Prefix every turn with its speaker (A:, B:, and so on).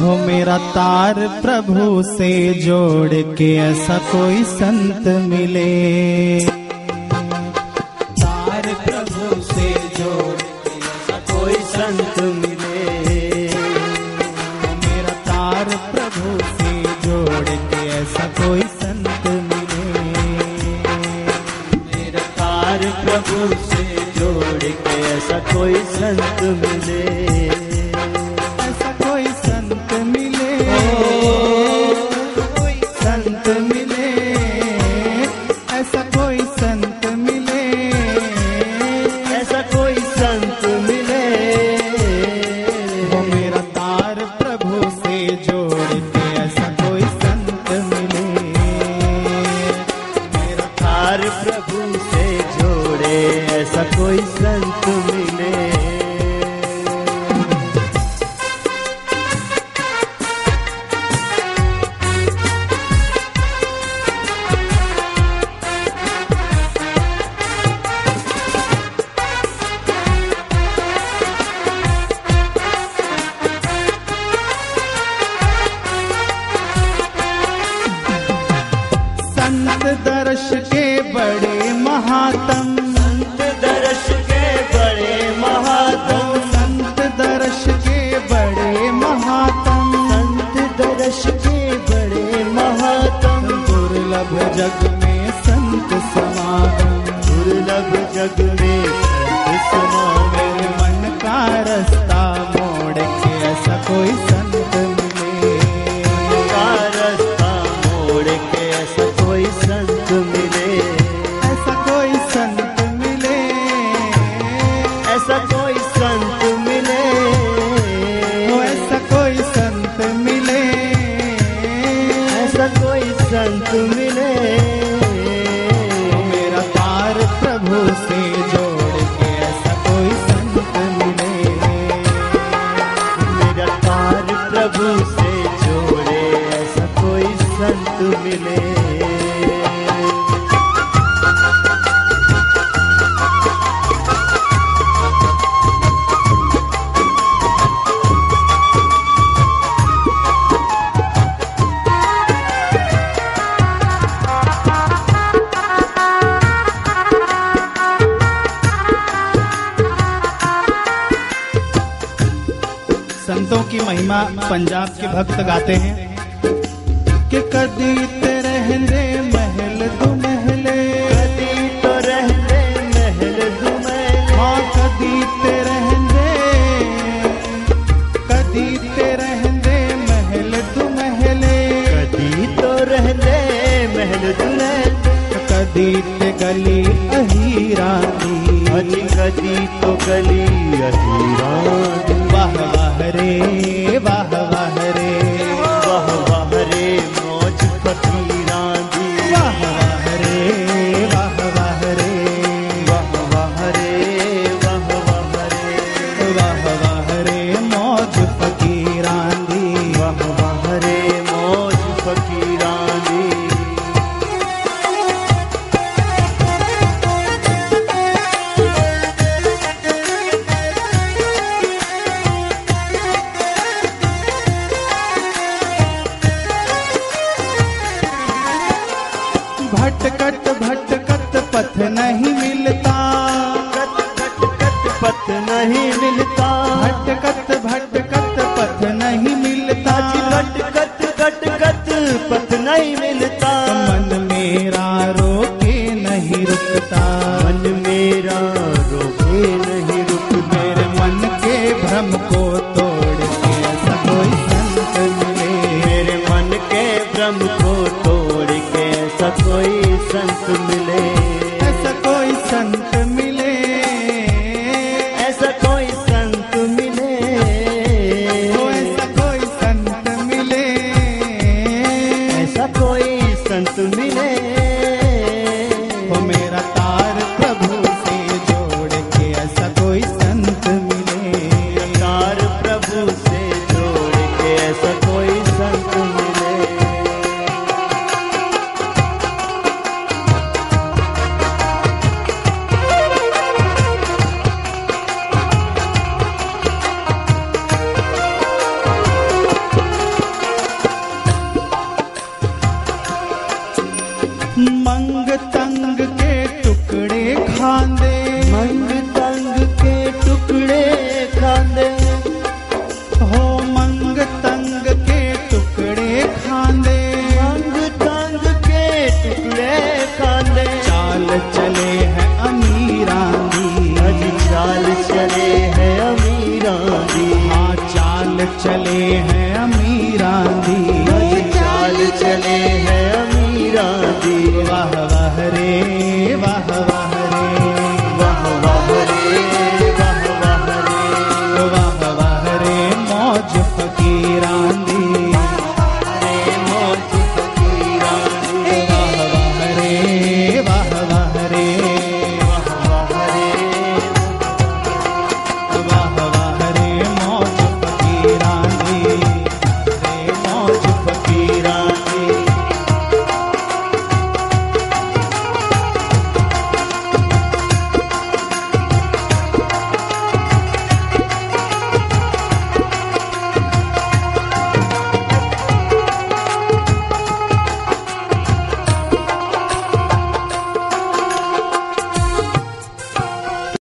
A: हो मेरा तार प्रभु से जोड़ के ऐसा कोई संत मिले
B: तार प्रभु से जोड़ के ऐसा कोई संत मिले
A: हो मेरा तार प्रभु से जोड़ के ऐसा कोई संत मिले
B: मेरा तार प्रभु से जोड़ के ऐसा कोई संत मिले
A: ऐसा कोई संत मिले कोई संत मिले ऐसा कोई संत मिले
B: ऐसा कोई संत मिले
A: वो मेरा तार प्रभु से जोड़ के ऐसा कोई संत मिले
B: मेरा तार प्रभु से जोड़े ऐसा कोई संत मिले
A: संत दर्श के बड़े महात्म
B: संत दर्श के बड़े महात्म
A: संत दर्श के बड़े महात्म
B: संत दर्श के बड़े महात्म
A: दुर्लभ जग में संत समागम
B: दुर्लभ जग में संत समागम
A: मेरे मन का रास्ता मोड़ के ऐसा कोई संत मिले
B: का रास्ता मोड़ के ऐसा कोई संत मिले
A: ऐसा कोई संत मिले
B: ऐसा कोई संत मिले
A: ओ ऐसा कोई संत मिले
B: ऐसा कोई संत मिले
A: ओ मेरा तार प्रभु से जोड़ के ऐसा कोई संत मिले
B: मेरा तार प्रभु से जोड़े ऐसा कोई संत मिले
A: संतों की महिमा पंजाब के भक्त गाते हैं कि कदी ते रहंदे महल दुमहले
B: कदी तो रहते महल दुमैले
A: हाँ कदी ते रहंदे कदी ते रहंदे महल दुमहले
B: कदी तो रहते महल दुमैले
A: कदी ते गली अहीरा
B: अजी कदी तो गली अधीरान
A: वाह वाह रे वाह वाह रे
B: वाह वाह रे मौज फकीरान दी
A: वाह वाह रे वाह वाह रे
B: वाह वाह रे वाह वाह रे
A: वाह वाह रे मौज फकीरां दी
B: वाह वाह रे मौज फकीरान दी
A: भटकट भटकत पथ नहीं मिलता हाँ,